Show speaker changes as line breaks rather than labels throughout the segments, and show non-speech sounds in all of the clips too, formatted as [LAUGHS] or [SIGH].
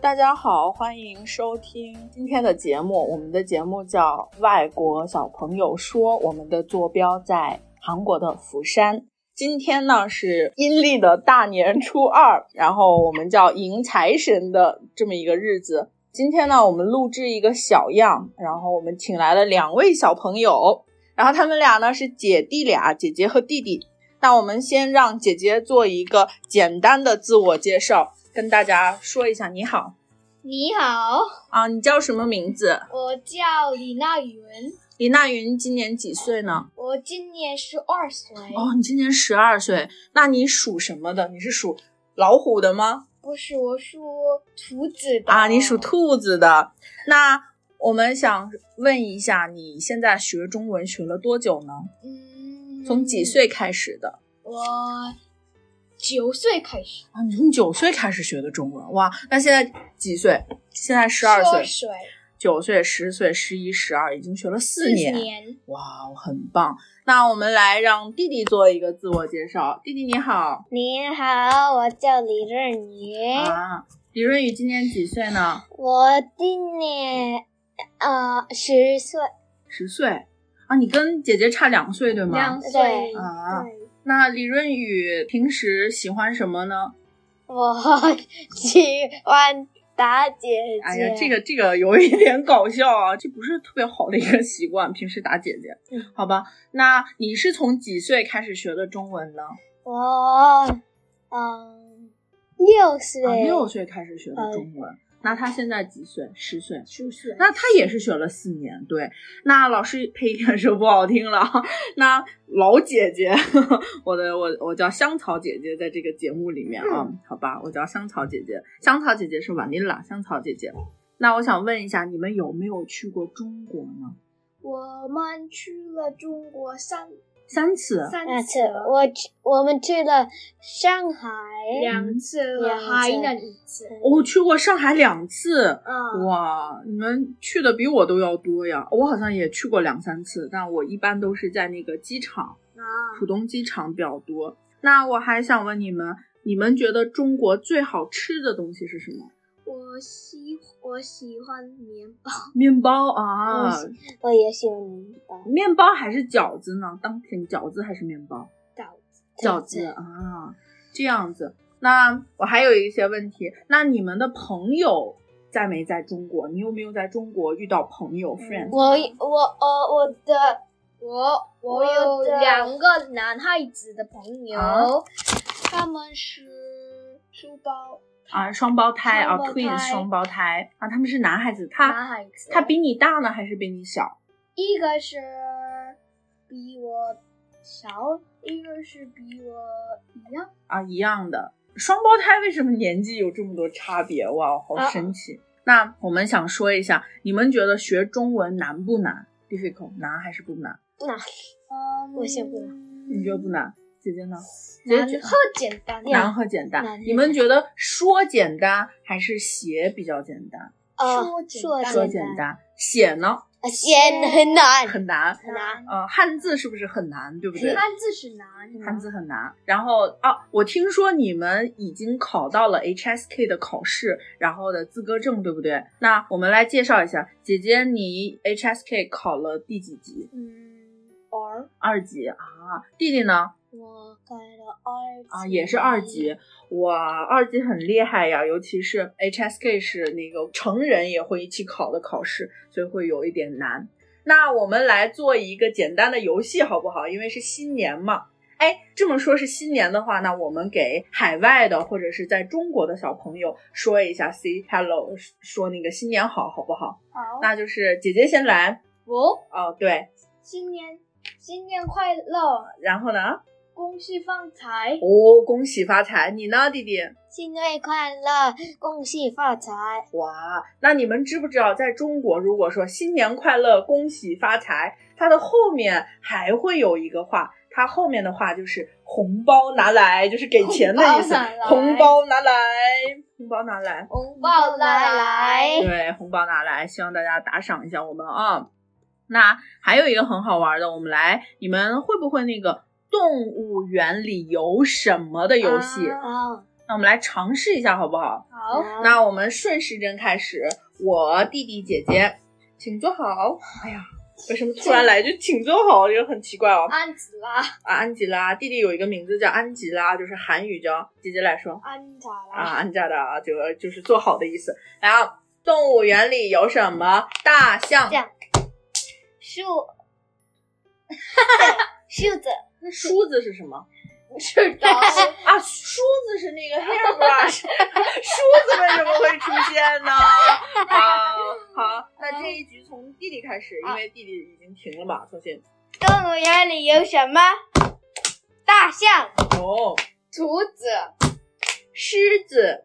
大家好，欢迎收听今天的节目。我们的节目叫《外国小朋友说》，我们的坐标在韩国的釜山。今天呢是阴历的大年初二，然后我们叫迎财神的这么一个日子。今天呢，我们录制一个小样，然后我们请来了两位小朋友，然后他们俩呢是姐弟俩，姐姐和弟弟。那我们先让姐姐做一个简单的自我介绍，跟大家说一下你好
你好，
啊，你叫什么名字？
我叫李娜语文，
李娜云今年几岁呢？
我今年十二岁，
哦，你今年十二岁，那你属什么的？你是属老虎的吗？
不是我属兔子的
啊，你属，兔子的。那我们想问一下，你现在学中文学了多久呢？
嗯，
从几？岁开始的？
我九岁开始，
啊，你从九岁开始学的中文，哇，那现在几岁？现在十二岁，
岁，
九岁、十岁、十一、十二，已经学了四
四
年，
年。
哇，很棒。那我们来让弟弟做一个自我介绍。弟弟你好，
你好，我叫李润宇，
哎
啊，李润宇今年几岁呢？
我今年呃十岁，
十岁啊，你跟姐姐差两岁对吗？
两岁
对
啊，那李润宇平时喜欢什么呢？
我喜欢打姐姐。
哎呀，这个这个有一点搞笑啊，这不是特别好的一个习惯，平时打姐姐，
嗯
好吧？那你是从几岁开始学的中文呢？啊
我嗯六岁，
啊，六岁开始学的中文。那他现在几岁？十岁。
十岁
那他也是学了四年，对。那老师配音说不好听了， [LAUGHS] 那老姐姐， [LAUGHS] 我的我我叫香草姐姐，在这个节目里面啊，
嗯
好吧，我叫香草姐姐，香草姐姐是瓦尼拉香草姐姐。那我想问一下，你们有没有去过中国呢？
我们去了中国三
三次，
三
那次
次，
我去，我们去了上海，
两次
两次
海南一次。
我、哦去过上海两次。
嗯，
哇，你们去的比我都要多呀！我好像也去过两三次，但我一般都是在那个机场，
啊，
浦东机场比较多。那我还想问你们，你们觉得中国最好吃的东西是什么？
我喜我喜欢面包，
面包啊，
我也喜欢你吧。
面包还是饺子呢？当成饺子还是面包？
饺子，
饺子啊，这样子。那我还有一些问题，那你们的朋友在没在中国？你有没有在中国遇到朋友
嗯
friend？、
我我呃我的
我
我
我有
有的
两个男孩子的朋友，
啊
他们是书包
啊，双胞胎啊
双胞胎
，twins 双胞胎啊，他们是男孩子，他
男孩子，
他比你大呢还是比你小？
一个是比我小，一个是比我一样。
啊一样的。双胞胎为什么年纪有这么多差别？哇，好神奇！那我们想说一下，你们觉得学中文难不难？difficult 难还是不难？
嗯，
我先不了
你觉得不难？姐姐呢？
难
姐姐
和简单，
难和简单
难和简单
你们觉得说简单还是写比较简单？
呃
说
简
说
单
简单，写呢
呃显得很难，
很难。
难，
呃，汉字是不是很难？对不对？
汉字是难，
汉字很难。然后啊，我听说你们已经考到了 HSK 的考试，然后的资格证，对不对？那我们来介绍一下，姐姐，你 HSK 考了第几级？
嗯，二，
二级啊。弟弟呢？
我改了二级
啊，也是二。级。哇，二级很厉害呀，尤其是 HSK 是那个成人也会一起考的考试，所以会有一点难。那我们来做一个简单的游戏好不好？因为是新年嘛。哎，这么说是新年的话，那我们给海外的或者是在中国的小朋友说一下 “say hello”，说那个新年好，好不好？
好，
那就是姐姐先来
我
哦，对，
新年新年快乐，
然后呢？
恭喜发财，
哦，恭喜发财！你呢，弟弟？
新年快乐，恭喜发财！
哇，那你们知不知道，在中国，如果说“新年快乐，恭喜发财”，它的后面还会有一个话，它后面的话就是“红包拿来”，就是给钱的意思
红包拿来，
红包拿来，红包拿来。
红包
包拿
拿
来
来，
对，红包拿来，希望大家打赏一下我们啊。那还有一个很好玩的，我们来，你们会不会那个动物园里有什么的游戏？
啊
啊，
那我们来尝试一下好不好？
好，
那我们顺时针开始，我弟弟姐姐，请坐好。哎呀，为什么突然来就请坐好？这个很奇怪哦。
安子拉，
啊，安吉拉，弟弟有一个名字叫安吉拉，就是韩语叫姐姐来说
安达
啊，
拉，
安家的啊，这个就是做好的意思。然后，动物园里有什么？大象、
象
[LAUGHS]
树，树子，
梳子是什
[LAUGHS]
么？ [LAUGHS]
是的，
啊，梳子是那个
[LAUGHS]
hairbrush，梳子为什么会出现呢？好，好，那这一局从弟弟开
啊
始，因为弟弟已经停了嘛，重新。
动物园里有什么？大象、
哦，
竹子，
狮子，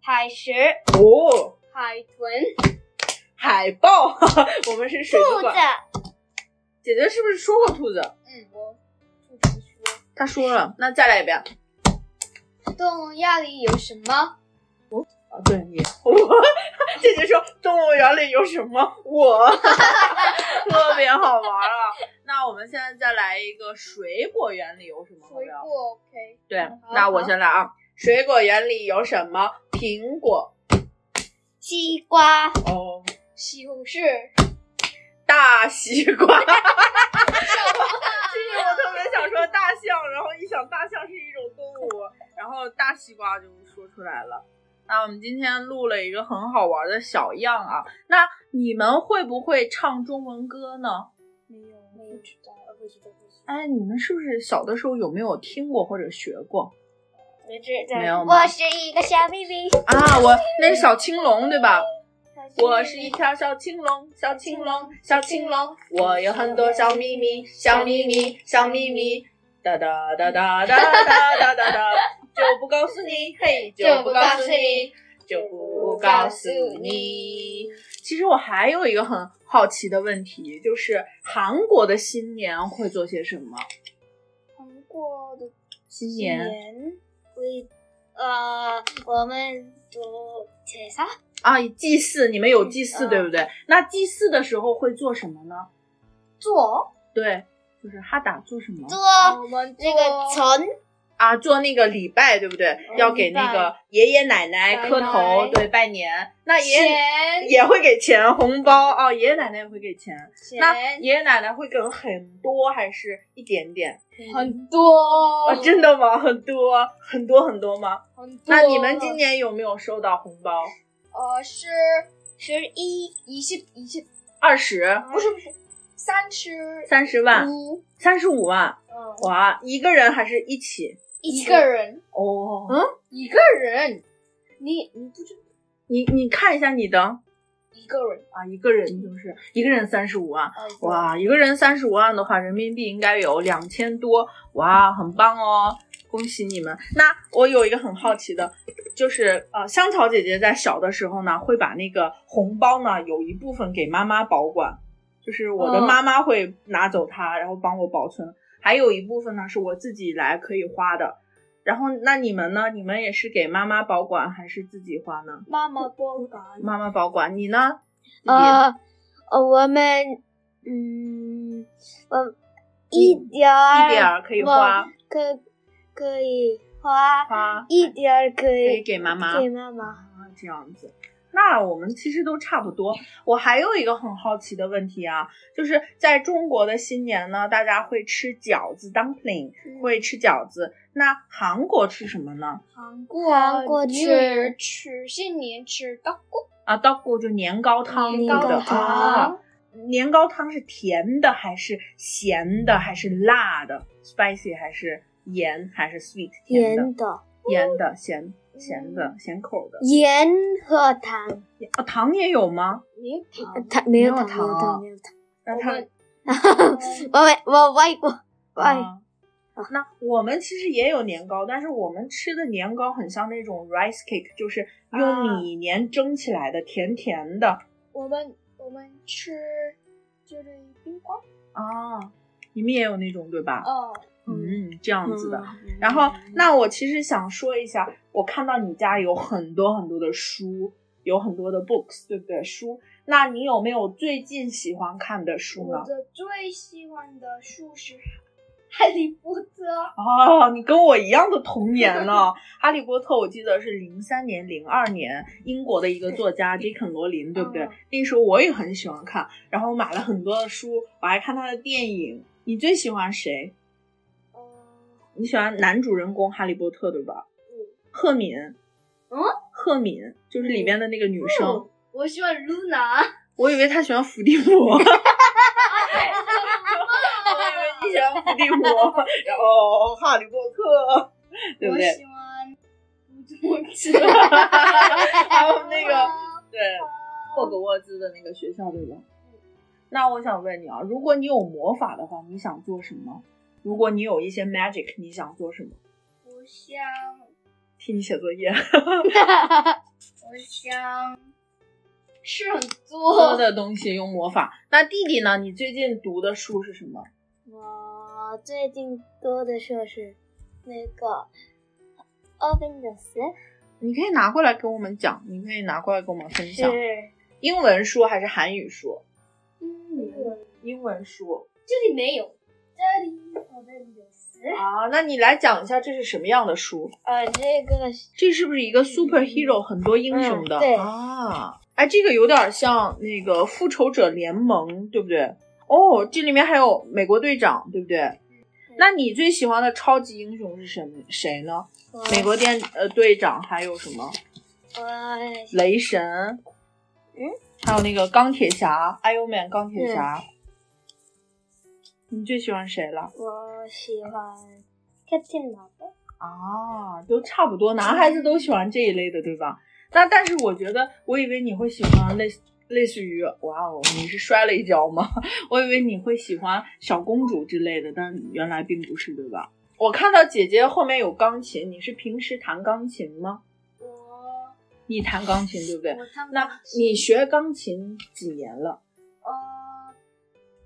海石、
哦，
海豚，
海豹， [LAUGHS] 我们是水
兔
族
子、
馆。姐姐是不是说过兔子？
嗯，我不直说。
他说了，那再来一遍。
动物园里有什么？
啊，对你，我 [LAUGHS] 姐姐说动物园里有什么？我 [LAUGHS] 特别好玩啊。那我们现在再来一个水果园里有什么？好不
水
好
果 OK，
对
好，
那我先来啊。水果园里有什么？苹果
西瓜、
哦，
西红 [LAUGHS] 柿，
大西瓜。 [LAUGHS] 其实我特别想说大象，然后一想大象是一种动物，然后大西瓜就说出来了。那我们今天录了一个很好玩的小样啊，那你们会不会唱中文歌呢？
没有，没有知道，不知道，不知道。
哎，你们是不是小的时候有没有听过或者学过
没知道
没有吗
我是一个小秘密，
啊？我 [LAUGHS] 那是小青龙对吧？我是一
个
条小青龙，小青龙，小青龙，我有很多小秘密，小秘密，小秘密，哒哒哒哒哒哒哒哒哒，就不告诉你，嘿，就不告诉你，就不告诉你。其实我还有一个很好奇的问题，就是韩国的新年会做些什么？
韩国的
新
年
年
为呃，我们读解啥？
啊，祭祀，你们有祭祀对不对？那祭祀的时候会做什么呢？
做
对，就是哈达做什么？
做
我们
那个
做
存
啊，做那个礼拜，对不对？要给那个爷爷奶嗯奶磕头，
拜拜
对，拜年。那爷爷
钱
也会给钱红包哦，爷爷奶奶也会给钱。那
钱
爷爷奶奶会给很多还是一点点？
很多
啊，真的吗？很多很多很多吗？
很多。
那你们今年有没有收到红包？
呃是
十一
一些一些
二十、
不是不是三十
三十万、
五，
三十五万，
嗯，
哇，一个人还是一起？
一个人
哦，
嗯一个人，你你不知
你你看一下你的
一个人
啊，一个人就是一个人三十五万。
啊一个人
哇，一个人三十五万的话，人民币应该有两千多，哇，很棒哦，恭喜你们！那我有一个很好奇的，就是呃，香草姐姐在小的时候呢，会把那个红包呢有一部分给妈妈保管，就是我的
嗯
妈妈会拿走它，然后帮我保存，还有一部分呢是我自己来可以花的。然后那你们呢？你们也是给妈妈保管还是自己花呢？
妈妈包干
妈妈保管，你呢？弟弟
呃，呃我们嗯，我一点儿
一点儿可以花
我可可以花
花
一点儿可
可以
以
给妈妈，
给妈妈。
啊，这样子。那我们其实都差不多。我还有一个很好奇的问题啊，就是在中国的新年呢，大家会吃饺子 dumpling，会
嗯
吃饺子。那韩国吃什么呢？
韩国
韩国
女
吃
儿吃新年吃糕
啊，刀菇就年糕汤
年
那个
糕
的啊
汤。，
年糕汤是甜的还是咸的还是辣的？spicy 还是盐还是 sweet 甜的
盐的
盐的咸咸的咸口的
盐和糖，
啊糖也有吗？
没有糖，
糖没有
没有
糖，没有
糖
糖，没有糖。
那
嗯我
它
们 [LAUGHS] 哎
我外我外国外
啊，那我们其实也有年糕，但是我们吃的年糕很像那种 rice cake，就是用
啊
米黏蒸起来的，甜甜的
我们我们吃就是冰棍，
啊。你们也有那种对吧？
哦，
嗯，这样子的。
嗯
然后，那我其实想说一下，我看到你家有很多很多的书，有很多的 books，对不对？书，那你有没有最近喜欢看的书
我
呢？
的最喜欢的书是哈利波特，
哦，你跟我一样的童年呢。《哈利波特》我记得是零三年、零二年英国的一个作家杰肯·罗琳，对不对？
嗯
那时候我也很喜欢看，然后买了很多的书，我还看他的电影。你最喜欢谁？
嗯，
你喜欢男主人公哈利波特对吧？
嗯
赫敏。
嗯，
赫敏就是里面的那个女生。
哦我喜欢露娜，
我以为他喜欢伏地 [LAUGHS] 魔。我以为你喜欢伏地魔，然后哈利波特，对不
我
对？
喜欢
[LAUGHS]
我知
还有那个 [LAUGHS] 对霍格沃兹的那个学校，对吧？那我想问你啊，如果你有魔法的话，你想做什么？如果你有一些 magic，你想做什么？
我想
替你写作业， [LAUGHS]
我想是很
多
多。
的东西用魔法。那弟弟呢？你最近读的书是什么？
我最近多的时候是那个 Open the s
你可以拿过来跟我们讲，你可以拿过来跟我们分享。
是
英文书还是韩语书？
嗯，
英文书
这里没有，这里我的有词。
啊，那你来讲一下这是什么样的书？
呃，这个是
这是不是一个 superhero 很多英雄的、
嗯对
啊？哎，这个有点像那个复仇者联盟，对不对？哦，这里面还有美国队长，对不对？那你最喜欢的超级英雄是什么？谁呢？
我
美国电呃队长，还有什么？
我
雷神，嗯，还有那个钢铁侠，Iron Man 钢铁侠。你最喜欢谁了？
我喜欢 Captain Marvel，
啊，都差不多，男孩子都喜欢这一类的，对吧？那但是我觉得，我以为你会喜欢类似类似于，哇哦，你是摔了一跤吗？ [LAUGHS] 我以为你会喜欢小公主之类的，但原来并不是，对吧？我看到姐姐后面有钢琴，你是平时弹钢琴吗？
我
你弹钢琴对不对？
我他们
那你学钢琴几年了？
呃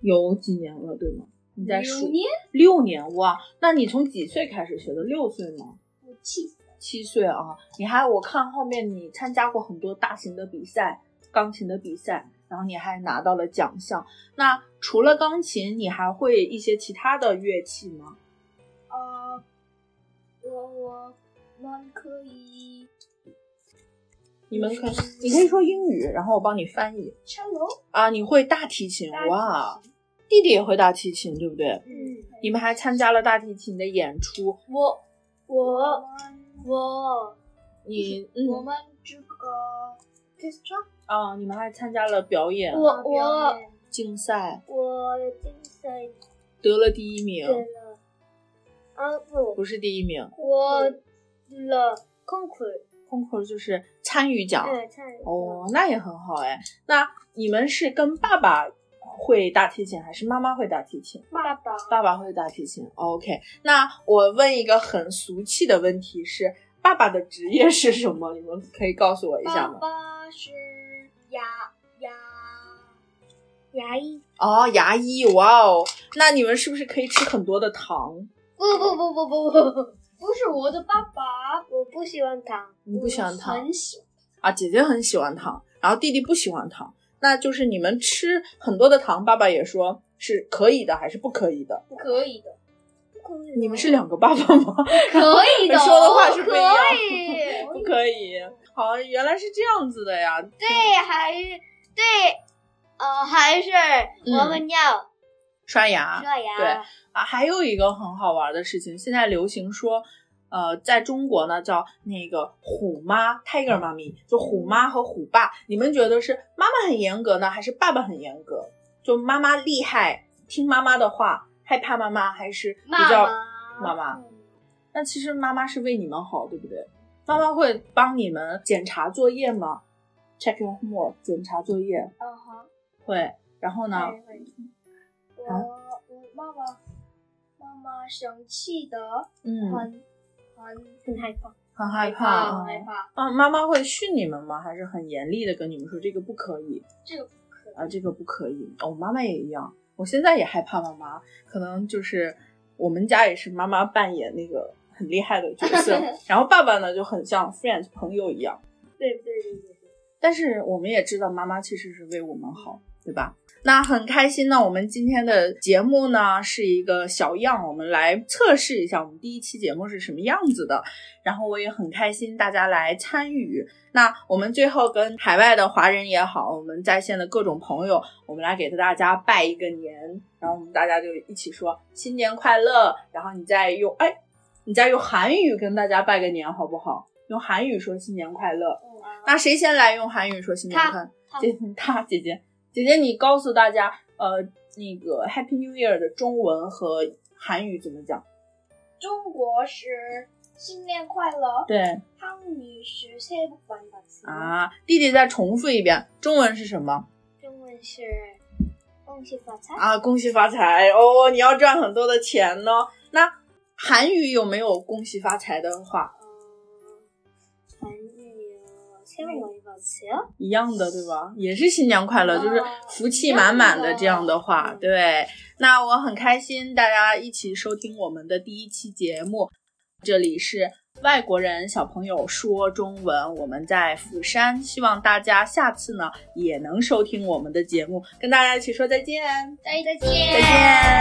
有几年了，对吗？你在数
牛年
六年哇？那你从几岁开始学的？六岁吗？
我气
七岁啊，你还我看后面你参加过很多大型的比赛，钢琴的比赛，然后你还拿到了奖项。那除了钢琴，你还会一些其他的乐器吗？
呃，我我们可以
你们可以，你可以说英语，然后我帮你翻译
cello，
啊。你会大提琴
大提
哇，弟弟也会大提琴，对不对？
嗯，
你们还参加了大提琴的演出，
我
我
我
们
我
你
我
嗯
们这个 orchestra
啊，你们还参加了表演
我
表演
竞赛，
我竞赛
得了第一名
得，了啊不，
不是第一名
我了 conquer，
，concours 就是参与奖。
嗯，参与
哦，那也很好哎。那你们是跟爸爸会大提琴，还是妈妈会大提琴？
爸爸
爸爸会大提琴。OK，那我问一个很俗气的问题是：爸爸的职业是什么？你们可以告诉我一下
爸
吗？
爸是牙牙
牙医
哦，牙医，哇哦！那你们是不是可以吃很多的糖？
不不不不不不，
不是我的爸爸，
我不喜欢糖，
你不喜欢糖
很喜
啊？姐姐很喜欢糖，然后弟弟不喜欢糖，那就是你们吃很多的糖，爸爸也说是可以的，还是不可以的？
不可以的，
你们是两个爸爸吗？ [LAUGHS]
可以的，
说的
哦
话是不一样
可以，
不可以，好，原来是这样子的呀。
对还是对，呃还是
嗯
我们要
刷牙
刷牙，
啊，还有一个很好玩的事情，现在流行说，呃，在中国呢叫那个虎妈 （tiger 妈咪），就虎妈和虎爸。你们觉得是妈妈很严格呢，还是爸爸很严格？就妈妈厉害，听妈妈的话，害怕妈妈，还是比较妈妈？那其实妈妈是为你们好，对不对？妈妈会帮你们检查作业吗？Check your homework，检查作业
嗯哼，
会。然后呢？
会会嗯呃我我妈妈妈妈生气的
嗯，
很很
很害怕，
很害怕
怕
啊
很害怕，
啊，妈妈会训你们吗？还是很严厉的跟你们说这个不可以
这个不可以，
啊，这个不可以？哦，我妈妈也一样，我现在也害怕妈妈，可能就是我们家也是妈妈扮演那个很厉害的角
[LAUGHS]
色，然后爸爸呢就很像 friend 朋友一样。
对对对对对，
但是我们也知道，妈妈其实是为我们好，对吧？那很开心呢，我们今天的节目呢是一个小样，我们来测试一下我们第一期节目是什么样子的。然后我也很开心大家来参与。那我们最后跟海外的华人也好，我们在线的各种朋友，我们来给大家拜一个年，然后我们大家就一起说新年快乐，然后你再用哎，你再用韩语跟大家拜个年好不好？用韩语说新年快乐。那谁先来用韩语说新年快乐？
嗯他
姐，他姐姐，姐姐，你告诉大家，呃，那个 Happy New Year 的中文和韩语怎么讲？
中国是新年快乐，
对
汉语是새해복많이받으세요。
啊，弟弟再重复一遍，中文是什么？
中文是恭喜发财。
啊，恭喜发财哦！你要赚很多的钱呢。那韩语有没有恭喜发财的话？
韩语有새해복많이받으세요。
一样的，对吧？也是新年快乐，就是福气满满的这样的话。
嗯
对，那我很开心，大家一起收听我们的第一期节目。这里是外国人小朋友说中文，我们在釜山，希望大家下次呢也能收听我们的节目，跟大家一起说再见，
再见，
再见。